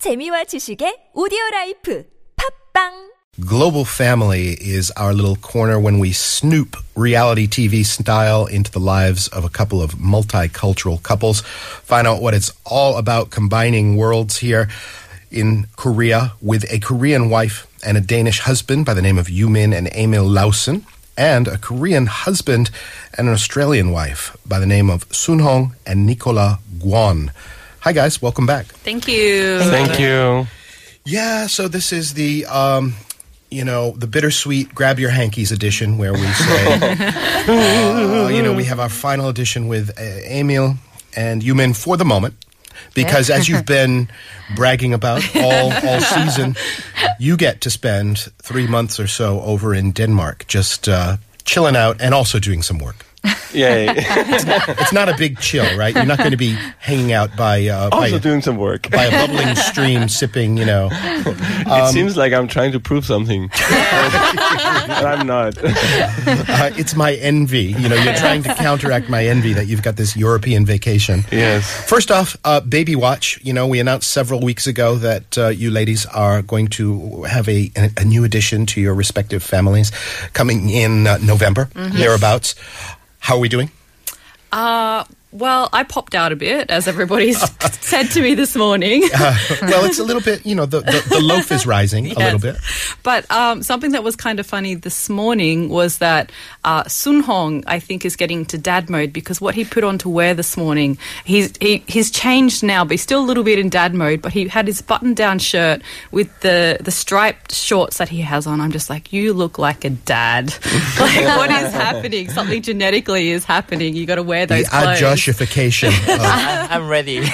재미와 지식의 오디오 라이프 팝빵 Global Family is our little corner when we snoop reality TV style into the lives of a couple of multicultural couples. Find out what it's all about combining worlds here in Korea with a Korean wife and a Danish husband by the name of Yumin and Emil Lausen, and a Korean husband and an Australian wife by the name of Sun Hong and Nicola Guan. Hi, guys. Welcome back. Thank you. Thank you. Yeah, so this is the um, you know, the bittersweet grab your hankies edition where we say uh, you know, we have our final edition with uh, Emil and Yumin for the moment. Because as you've been bragging about all, all season, you get to spend three months or so over in Denmark, just uh, chilling out and also doing some work. Yay. It's not a big chill, right? You're not going to be hanging out by uh, also by, doing some work. by a bubbling stream, sipping, you know, it Um, seems like I'm trying to prove something. but I'm not. uh, it's my envy. You know, you're trying to counteract my envy that you've got this European vacation. yes. First off, uh, Baby Watch. You know, we announced several weeks ago that uh, you ladies are going to have a, a new addition to your respective families coming in uh, November, thereabouts. How are we doing? Uh, well, I popped out a bit, as everybody's said to me this morning. Uh, well, it's a little bit, you know, the, the, the loaf is rising a little bit. But um, something that was kind of funny this morning was that uh, Sun Hong, I think, is getting to dad mode because what he put on to wear this morning, he's he, he's changed now, but he's still a little bit in dad mode. But he had his button-down shirt with the the striped shorts that he has on. I'm just like, you look like a dad. like what is happening? Something genetically is happening. You got to wear The Uh, those clothes. adjushification. of- I'm ready.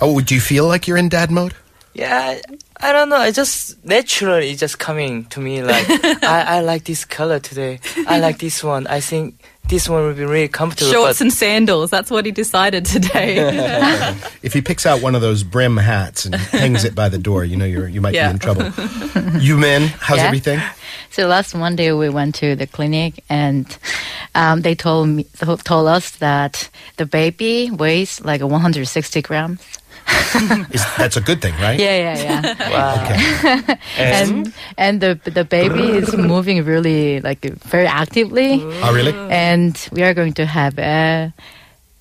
oh, do you feel like you're in dad mode? yeah, I, I don't know. It's just naturally it's just coming to me. Like I, I like this color today. I like this one. I think this one will be really comfortable. Shorts but and sandals. That's what he decided today. If he picks out one of those brim hats and hangs it by the door, you know you're, you might Yeah. be in trouble. you men, how's Yeah. everything? So last Monday we went to the clinic and um, they told me told told us that the baby weighs like 160 grams. Is, that's a good thing, right? Yeah, yeah, yeah. Okay. and and the the baby is moving really like very actively, Oh, really? and we are going to have a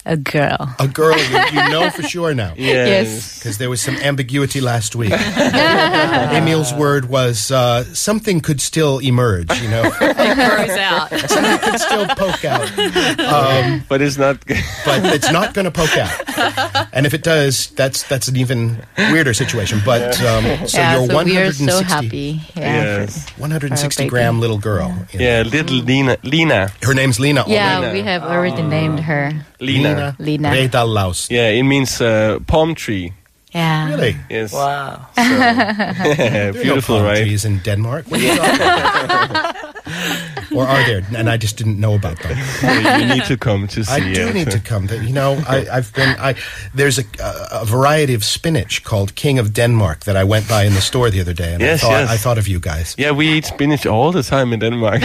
a girl. A girl, you, you know for sure now. Yes. Because there was some ambiguity last week. Emil's word was uh, something could still emerge, you know, Grows out. could still poke out, Um, But it's not. but it's not going to poke out. And if it does, that's that's an even weirder situation. But um, so yeah, you're so we are so 160, happy. Yeah, yes. 160 baby. gram little girl. you know. Yeah, little Lina. Lina. Her name's Lena. yeah, Lena. we have already Oh. named her. Lina. Lena. Redalaus. Yeah, it means uh, palm tree. Yeah, Really? Yes. wow. Yeah, There are no beautiful, palm right? Trees in Denmark. What are you talking about? or are there? And I just didn't know about them. you need to come to see I do it. need to come. But, You know, I, I've been. I there's a, a variety of spinach called King of Denmark that I went by in the store the other day, and Yes, I thought yes. I thought of you guys. Yeah, we eat spinach all the time in Denmark.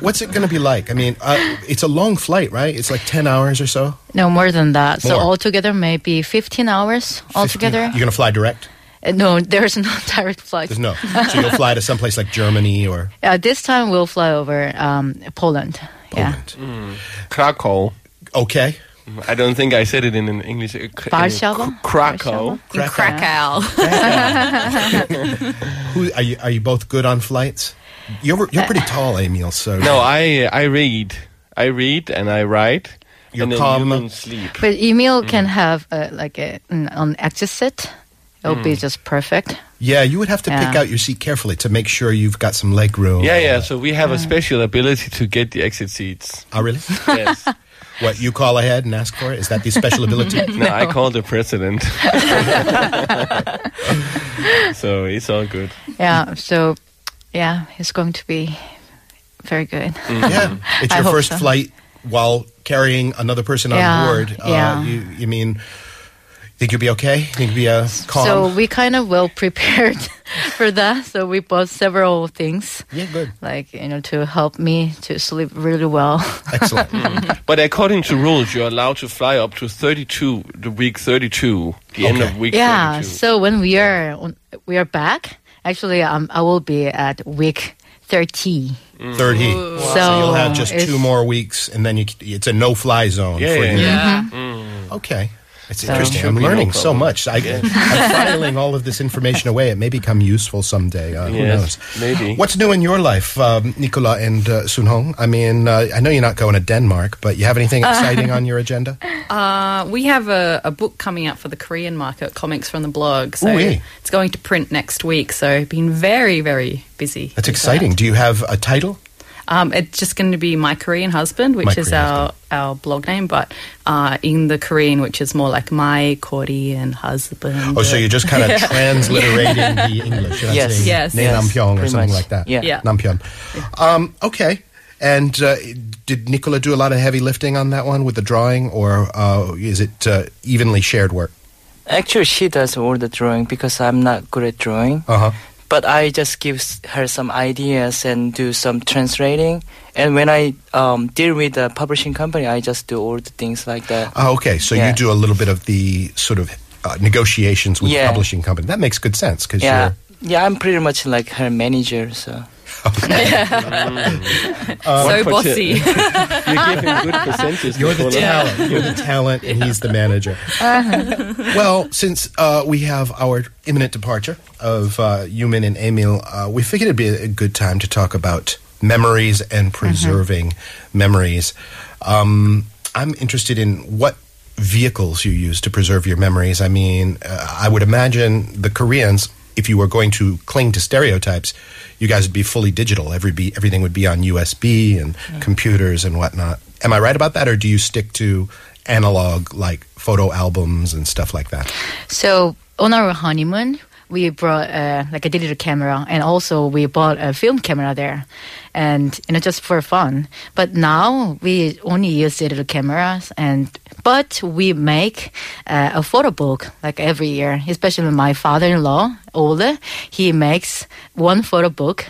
What's it going to be like? I mean, uh, it's a long flight, right? It's like ten hours or so. no more than that. So More. altogether, maybe 15 hours 15 altogether. You're going to fly direct? Uh, No, there's no direct flight. There's no. So you'll fly to someplace like Germany or Uh, this time we'll fly over um, Poland. Yeah. Poland. Krakow. Okay. I don't think I said it in an English. uh, Kr- in Warsaw? Kr- Krakow. In Krakow. Who are you? Are you both good on flights? You're you're Uh, pretty tall, Emil. So No, I I read. I read and I write. You're and then calm. you don't sleep. But Mm. Emil can have uh, like a, an, an exit seat. It'll be Mm. just perfect. Yeah, you would have to pick Yeah. out your seat carefully to make sure you've got some leg room. Yeah, yeah. So we have a special ability to get the exit seats. Oh, really? Yes. What you call ahead and ask for it? Is that the special ability? no, I called the president. so it's all good. Yeah. So, yeah, it's going to be very good. yeah, it's I your hope first so. flight while carrying another person Yeah, on board. yeah. you, you mean Think you'll be okay? Think you'll be uh, calm? So we kind of well prepared for that. So we bought several things. yeah, good. Like you know, to help me to sleep really well. Excellent. But according to rules, you're allowed to fly up to 32, the week 32, the end Okay. of week yeah. 32. So when we are when we are back, actually, um, I will be at week thirty. 30. So, You'll have just it's- two more weeks, and then you, c- it's a no fly zone Yeah, for yeah, you. Yeah. Okay. It's So- interesting. Should I'm be no learning so problem. much. I, I'm filing all of this information away. It may become useful someday. Uh, who Yes, knows? maybe. What's new in your life, um, Nicola and uh, Sun Hong? I mean, uh, I know you're not going to Denmark, but you have anything Uh. exciting on your agenda? Uh, we have a, a book coming out for the Korean market, Comics from the Blog. So Ooh, eh. it's going to print next week. So been very, very busy. with That's that. exciting. Do you have a title? Um, it's just going to be My Korean Husband, My which is Korean our, our blog name, but uh, in the Korean, which is more like My Korean Husband. Oh, so you're just kind of transliterating the English. You're not Yes. saying Yes, Ne yes. Nampyeong or Pretty something like much. that. Yeah. Yeah. Nampyeong. Um, okay. And uh, did Nicola do a lot of heavy lifting on that one with the drawing, or uh, is it uh, evenly shared work? Actually, she does all the drawing because I'm not good at drawing. Uh huh. But I just give s- her some ideas and do some translating. And when I um, deal with the publishing company, I just do all the things like that. Oh, okay. So Yeah. you do a little bit of the sort of uh, negotiations with the Yeah. publishing company. That makes good sense because yeah, you're. yeah, I'm pretty much like her manager. So so What perce- bossy. You're giving good percentages. You're the Nicola. talent. You're the talent, and he's the manager. well, since uh, we have our imminent departure of uh, Yumin and Emil, uh, we figured it'd be a good time to talk about memories and preserving memories. Um, I'm interested in what vehicles you use to preserve your memories. I mean, uh, I would imagine the Koreans. If you were going to cling to stereotypes, you guys would be fully digital. Every be, everything would be on USB and computers and whatnot. Am I right about that, or do you stick to analog like photo albums and stuff like that? So on our honeymoon, we brought uh, like a digital camera, and also we bought a film camera there, and you know just for fun. But now we only use digital cameras, and but we make uh, a photo book like every year. Especially my father-in-law, Ole, he makes one photo book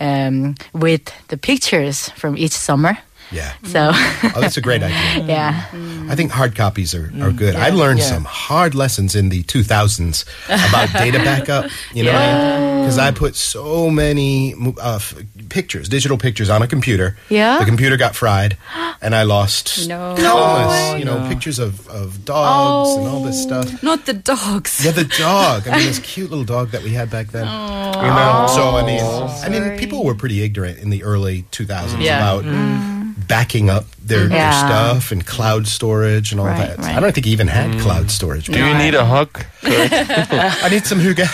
um, with the pictures from each summer. Yeah. So Oh, that's a great idea. yeah. I think hard copies are, are good. I learned Yeah. some hard lessons in the 2000s about data backup, you know, because I put so many mo- uh, f- pictures, digital pictures on a computer. Yeah? The computer got fried and I lost No. countless, you know, pictures of, of dogs and all this stuff. Not the dogs. Yeah, the dog. I mean, this cute little dog that we had back then. You know, so I mean, I mean, people were pretty ignorant in the early 2000s Yeah. about backing up their, their Yeah. stuff and cloud storage and all Right, that. right. I don't think you even had cloud storage. Do you need a hug? I need some hygge.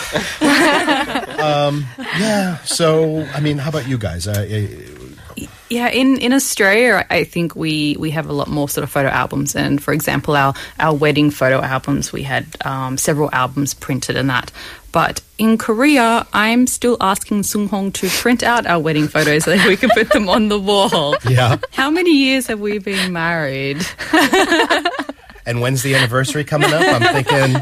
um, yeah. So I mean, how about you guys? Uh, uh, Yeah, in, in Australia, I think we, we have a lot more sort of photo albums. And for example, our, our wedding photo albums, we had um, several albums printed and that. But in Korea, I'm still asking Sung Hong to print out our wedding photos so that we can put them on the wall. yeah. How many years have we been married? And when's the anniversary coming up? I'm thinking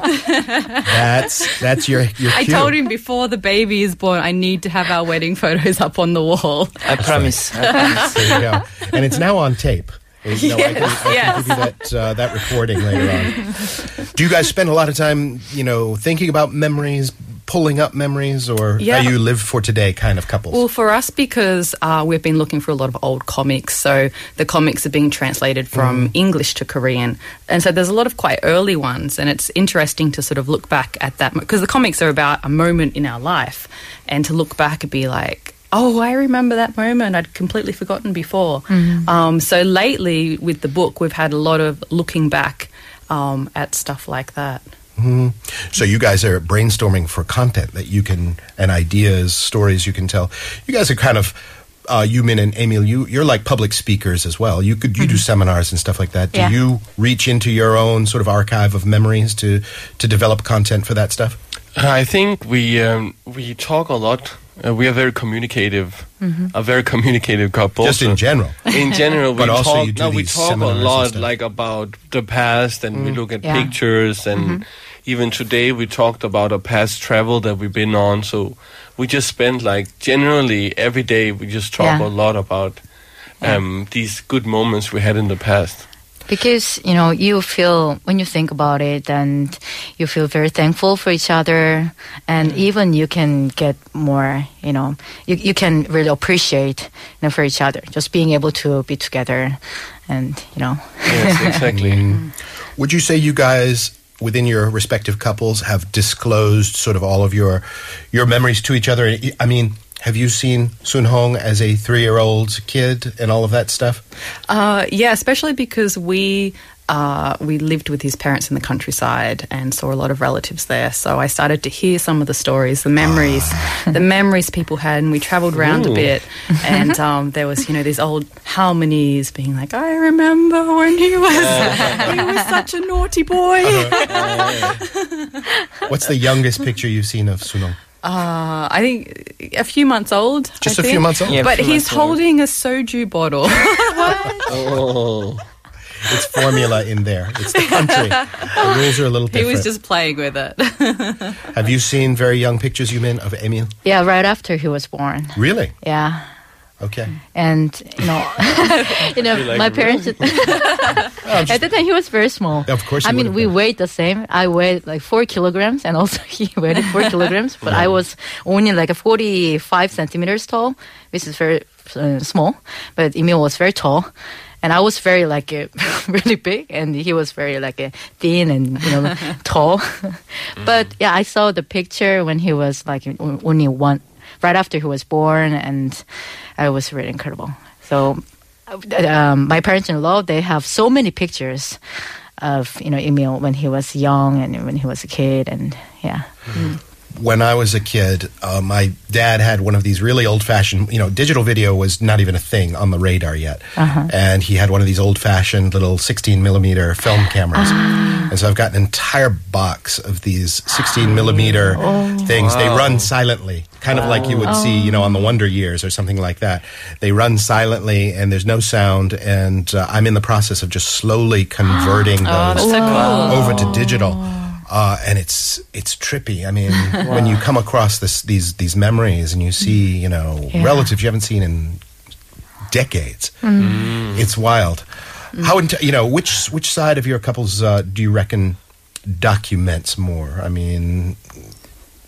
that's that's your your. I cue. told him before the baby is born, I need to have our wedding photos up on the wall. I promise. I promise. There you go. And it's now on tape. You know, I can, I can Yes, give you that, uh, that recording later on. Do you guys spend a lot of time, you know, thinking about memories, pulling up memories, or Yeah. are you live for today kind of couples? Well, for us, because uh, we've been looking for a lot of old comics, so the comics are being translated from English to Korean. And so there's a lot of quite early ones, and it's interesting to sort of look back at that. Because the comics are about a moment in our life, and to look back and be like, oh, I remember that moment. I'd completely forgotten before. Um, so lately, with the book, we've had a lot of looking back um, at stuff like that. Mm-hmm. so you guys are brainstorming for content that you can, and ideas, stories you can tell. You guys are kind of. Uh, you, Min and Emil, you you're like public speakers as well. You could you Mm-hmm. do seminars and stuff like that. Do Yeah. you reach into your own sort of archive of memories to to develop content for that stuff? I think we um, we talk a lot Uh, we are very communicative, Mm-hmm. a very communicative couple. Just so- in general. in general, we But also talk. you do no, we these talk a seminars and lot, stuff. like about the past, and we look at Mm. yeah. Mm-hmm. pictures, and even today we talked about a past travel that we've been on. So we just spend like generally every day. We just talk Yeah. a lot about um, these good moments we had in the past. Because you know, you feel when you think about it, and you feel very thankful for each other, and even you can get more. You know, you, you can really appreciate you know for each other, just being able to be together, and you know, Yes, exactly. Mm. Would you say you guys within your respective couples have disclosed sort of all of your your memories to each other? I mean, have you seen Sun Hong as a three year old kid and all of that stuff? Uh, yeah, especially because we uh, we lived with his parents in the countryside and saw a lot of relatives there. So I started to hear some of the stories, the memories, the memories people had, and we travelled around a Ooh. bit. And um, there was you know these old harmonies being like, I remember when he was he was such a naughty boy. Uh-huh. What's the youngest picture you've seen of Sun Hong? Uh, I think a few months old. I Just a few think. months old. Yeah. But few he's months old. holding a soju bottle. Oh. It's formula in there. It's the country. the rules are a little he different. was just playing with it. have you seen very young pictures, you mean, of Emil? yeah, right after he was born, Really? yeah, Okay. and you know, you know, my parents. At the time, he was very small. Of course he I mean, would've we been. weighed the same. I weighed like four kilograms, and also he weighed four kilograms. But I was only like a forty-five centimeters tall, which is very uh, small. But Emil was very tall, and I was very like uh, really big, and he was very like uh, thin and you know tall. but Mm. yeah, I saw the picture when he was like o- only one, right after he was born, and it was really incredible. So um, my parents-in-law they have so many pictures of you know Emil when he was young and when he was a kid and yeah when I was a kid, uh, my dad had one of these really old fashioned, you know, digital video was not even a thing on the radar yet. Uh-huh. And he had one of these old fashioned little 16 millimeter film cameras. Ah. And so I've got an entire box of these 16 millimeter Oh. things. They run silently, kind of like you would see, you know, on the Oh. Wonder Years or something like that. They run silently and there's no sound. And uh, I'm in the process of just slowly converting those Oh, so cool. over to digital. Uh, and it's it's trippy. I mean, when you come across this, these these memories and you see you know Yeah. relatives you haven't seen in decades, it's wild. How int- you know which which side of your couples uh, do you reckon documents more? I mean,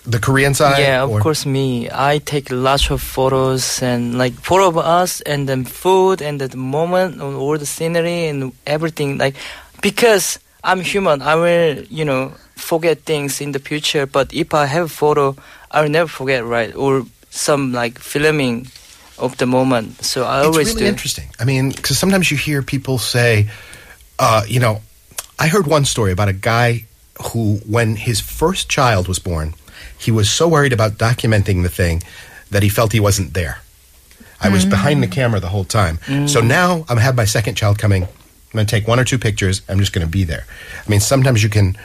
the Korean side. yeah, of or- course, me. I take lots of photos and like photo of us and then food and the moment and all the scenery and everything. Like because I'm human, I will you know forget things in the future. But if I have photo, I will never forget, right? Or some like filming of the moment. So I It's always really do. interesting. I mean, because sometimes you hear people say, uh, you know, I heard one story about a guy who, when his first child was born, he was so worried about documenting the thing that he felt he wasn't there. I was behind the camera the whole time. So now I'm have my second child coming. I'm going to take one or two pictures. I'm just going to be there. I mean, sometimes you can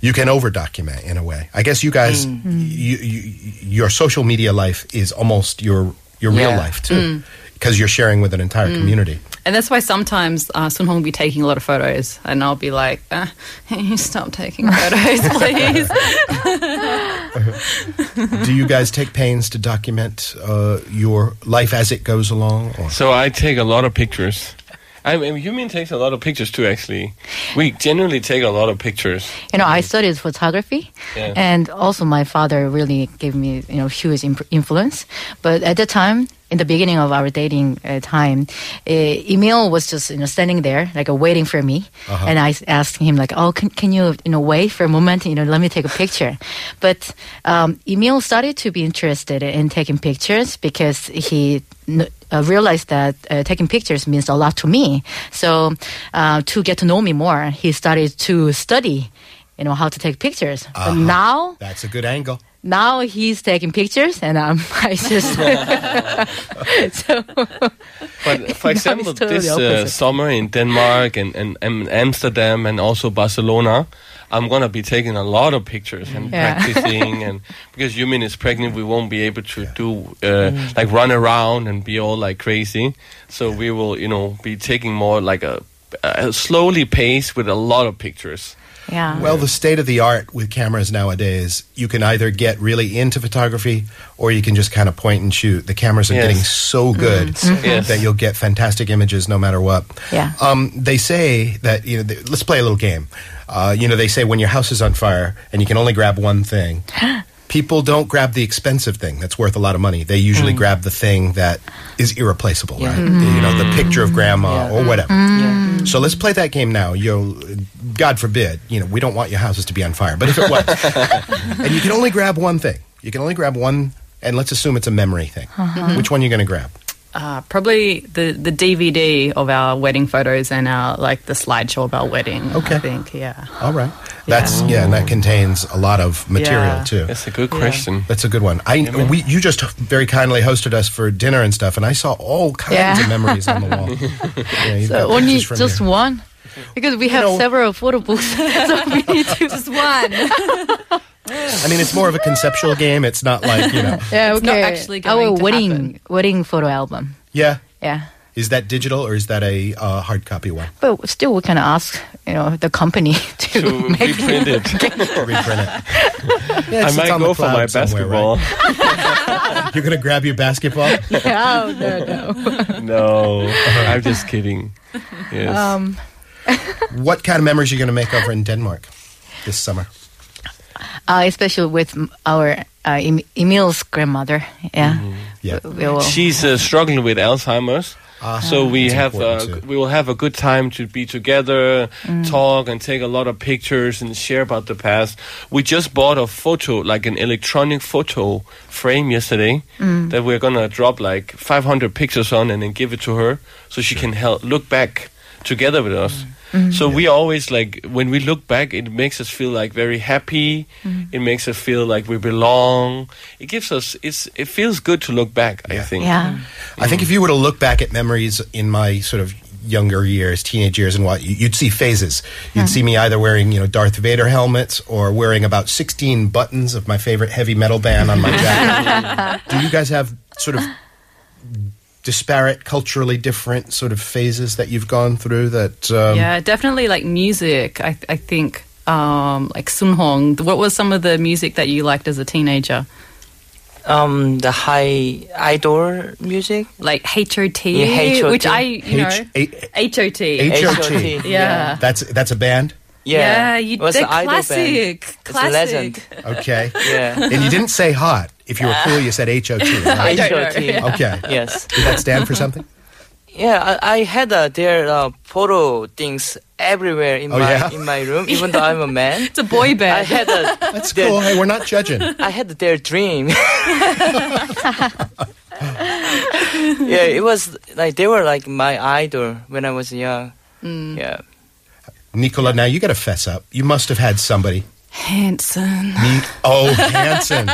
you can over document in a way. I guess you guys, you, you, your social media life is almost your your real Yeah. life too, because you're sharing with an entire community. And that's why sometimes uh, Sun Hong will be taking a lot of photos, and I'll be like, uh, "Can you stop taking photos, please?" Do you guys take pains to document uh, your life as it goes along? Or? So I take a lot of pictures. I mean, you mean takes a lot of pictures too. Actually, we generally take a lot of pictures. you know I studied photography Yeah. and also my father really gave me you know huge imp- influence but at the time in the beginning of our dating uh, time uh, Emil was just you know standing there like uh, waiting for me and I s- asked him like oh can, can you you know wait for a moment you know let me take a picture but um, Emil started to be interested in taking pictures because he kn- uh, realized that uh, taking pictures means a lot to me. So uh, to get to know me more, he started to study, you know, how to take pictures. Uh-huh. But now, That's a good angle. now um, he's taking pictures, and I'm I just so But for No, example, it's totally this uh, opposite. summer in Denmark and, and, and Amsterdam and also Barcelona, I'm gonna be taking a lot of pictures and Yeah. practicing. and because Yumin is pregnant, we won't be able to do uh, Mm. like run around and be all like crazy. So we will, you know, be taking more like a, a slowly pace with a lot of pictures. Yeah. Well, the state of the art with cameras nowadays, you can either get really into photography or you can just kind of point and shoot. The cameras are Yes. Mm-hmm. getting so good Yes. that you'll get fantastic images no matter what. Yeah. Um, they say that you know. They, let's play a little game. Uh, you know, they say when your house is on fire and you can only grab one thing. People don't grab the expensive thing that's worth a lot of money. They usually grab the thing that is irreplaceable, right? You know, the picture of grandma Yeah. or whatever. Yeah. Mm. So let's play that game now. You'll, God forbid, you know, we don't want your houses to be on fire, but if it was, and you can only grab one thing, you can only grab one, and let's assume it's a memory thing. Uh-huh. Which one you going to grab? Uh, probably the, the DVD of our wedding photos and our like the slideshow of our wedding. Okay. I think yeah. All right, that's yeah, and that contains a lot of material Yeah. too. That's a good question. That's a good one. I we you just very kindly hosted us for dinner and stuff, and I saw all kinds Yeah. of memories on the wall. Yeah, you've got so only pictures from just here. one? Because we have know- several photo books, so we need to. Just one. I mean, it's more of a conceptual game. It's not like you know. Yeah, okay. It's not actually Our going to wedding happen. wedding photo album. Yeah, Yeah. is that digital or is that a uh, hard copy one? But still, we can ask, you know, the company to, To make reprint it. reprint it. Yeah, I it's- it's might on the go for cloud my somewhere, right? basketball. You're gonna grab your basketball. Yeah, no, no. no, I'm just kidding. Yes. Um, what kind of memories are you gonna make over in Denmark this summer? uh, especially with m- our uh, em- Emil's grandmother. Yeah. Yeah. We will- She's uh, struggling with Alzheimer's. Ah, so we that's have important uh, too. we will have a good time to be together, Mm. talk and take a lot of pictures and share about the past. We just bought a photo, like an electronic photo frame yesterday Mm. that we're gonna drop like 500 pictures on and then give it to her so she can help look back together with us. Mm. So we always like when we look back, it makes us feel like very happy. Mm. It makes us feel like we belong. It gives us it's it feels good to look back. I think. Yeah. I think if you were to look back at memories in my sort of younger years, teenage years, and what, you- you'd see phases. You'd see me either wearing, you know, Darth Vader helmets or wearing about 16 buttons of my favorite heavy metal band on my jacket. Do you guys have sort of disparate, culturally different sort of phases that you've gone through that? Um, yeah, definitely like music. I, I think um, like Sun Hong. What was some of the music that you liked as a teenager? Um, the high idol music. Like HOT, Yeah, HOT. which I you H- know A- HOT. H- HOT. yeah. That's that's a band. Yeah, Yeah, you, It was they're the idol band. classic. It's a Classic. legend. Okay. Yeah. And you didn't say hot. If you were cool, you said H O T. right? HOT. Okay. Yes. Did that stand for something? Yeah, I, I had uh, their uh, photo things everywhere in Oh, my yeah? in my room. Even though I'm a man, It's a boy I band. had a, That's their, cool. Hey, we're not judging. I had their dream. yeah, it was like they were like my idol when I was young. Yeah, Nicola, now you got to fess up. You must have had somebody. Hanson. Me- oh, Hanson.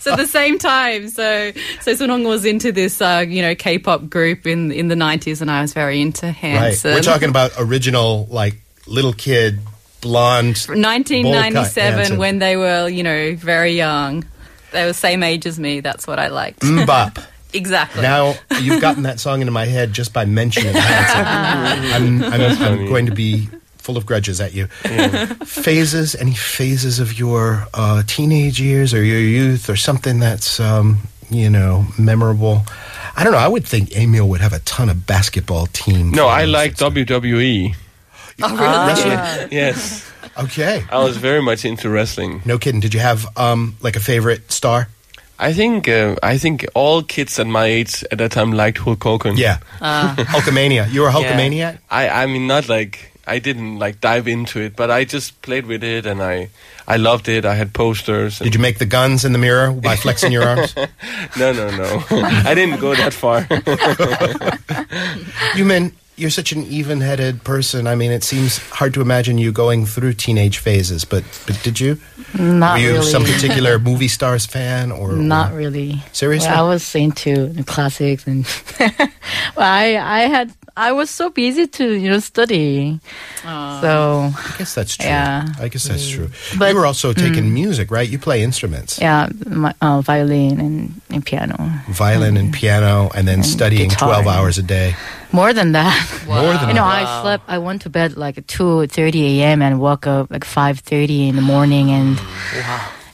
So at the same time, so so Sunong was into this uh, you know K-pop group in in the nineties, and I was very into Right. Hanson. We're talking about original, like, little kid, blonde. bowl cut 1997 Hanson. when they were you know very young. They were same age as me. That's what I liked. Mbop. Mm. Exactly. Now you've gotten that song into my head just by mentioning Hanson. I'm, I'm, I'm going to be full of grudges at you. Phases, any phases of your uh, teenage years or your youth or something that's, um, you know, memorable? I don't know. I would think Emil would have a ton of basketball team. No, I photos. like E. WWE. Wrestling. Yes, Okay. I was very much into wrestling. No kidding. Did you have um, like a favorite star? I think uh, I think all kids at my age at that time liked Hulk Hogan. Yeah. Hulkamania. You were a Hulkamaniac? I I mean not like I didn't like dive into it, but I just played with it and I I loved it. I had posters. And Did you make the guns in the mirror by flexing your arms? No, no, no. I didn't go that far. You mean you're such an even-headed person. I mean, it seems hard to imagine you going through teenage phases, but but did you? Not Were you really. some particular movie stars fan or Not or- really. Seriously? Well, I was into the classics and well, I I had I was so busy to you know study. So I guess that's true. Yeah. I guess that's true. But- mm. you were also taking music, right? You play instruments, yeah, my, uh, violin and, and piano. violin and piano, and then studying Mm-hmm. guitar. twelve hours a day. More than that. More than you know, that. I slept. I went to bed like two thirty a.m. and woke up like five thirty in the morning and.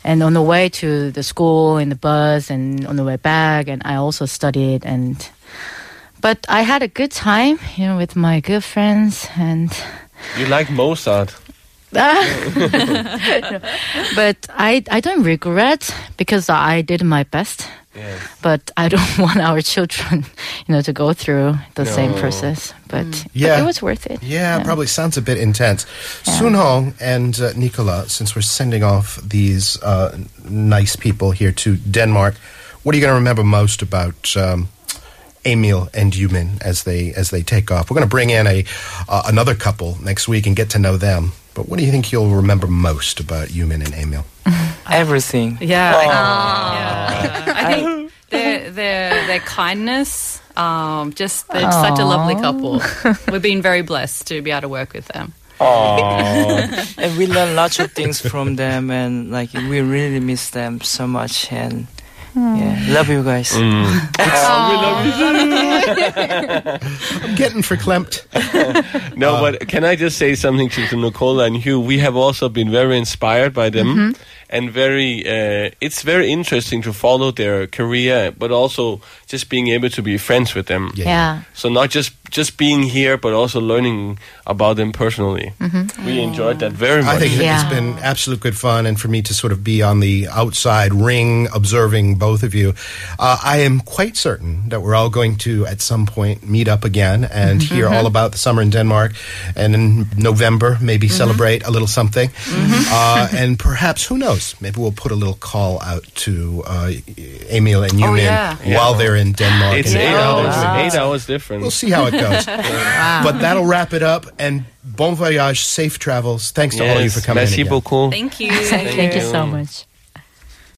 And on the way to the school in the bus and on the way back, and I also studied and, but I had a good time, you know, with my good friends and You like Mozart. but I, I don't regret because I did my best. Yes. But I don't want our children, you know, to go through the same No. process. But, but Yeah. it was worth it. Yeah, probably sounds a bit intense. Soon Hong and uh, Nicola, since we're sending off these uh, n- nice people here to Denmark, what are you going to remember most about um, Emil and Yumin as they as they take off? We're going to bring in a uh, another couple next week and get to know them. But what do you think you'll remember most about Yumin and Emil? Everything. Yeah. Oh. I, yeah. I think their their their kindness. Um, just they're such a lovely couple. We've been very blessed to be able to work with them. And we learn lots of things from them, and like we really miss them so much. And yeah, love you guys. Oh, I'm getting verklempt. Uh, No, but can I just say something to, to Nicola and Hugh? We have also been very inspired by them, Mm-hmm. and very. Uh, it's very interesting to follow their career, but also just being able to be friends with them. Yeah. So not just just being here, but also learning about them personally. We enjoyed that very much. Mm-hmm. I think Yeah. it's been absolute good fun, and for me to sort of be on the outside ring observing both of you, uh, I am quite certain that we're all going to at some point meet up again and hear all about the summer in Denmark, and in November maybe celebrate a little something, uh, and perhaps who knows, maybe we'll put a little call out to uh, Emil and Yumin yeah. while they're in Denmark. it's and how eight they're hours. doing. Eight hours different. We'll see how it goes. But that'll wrap it up. And bon voyage, safe travels. Thanks to all of you Yes. for coming. in Merci again. beaucoup. Thank you. Thank you so much.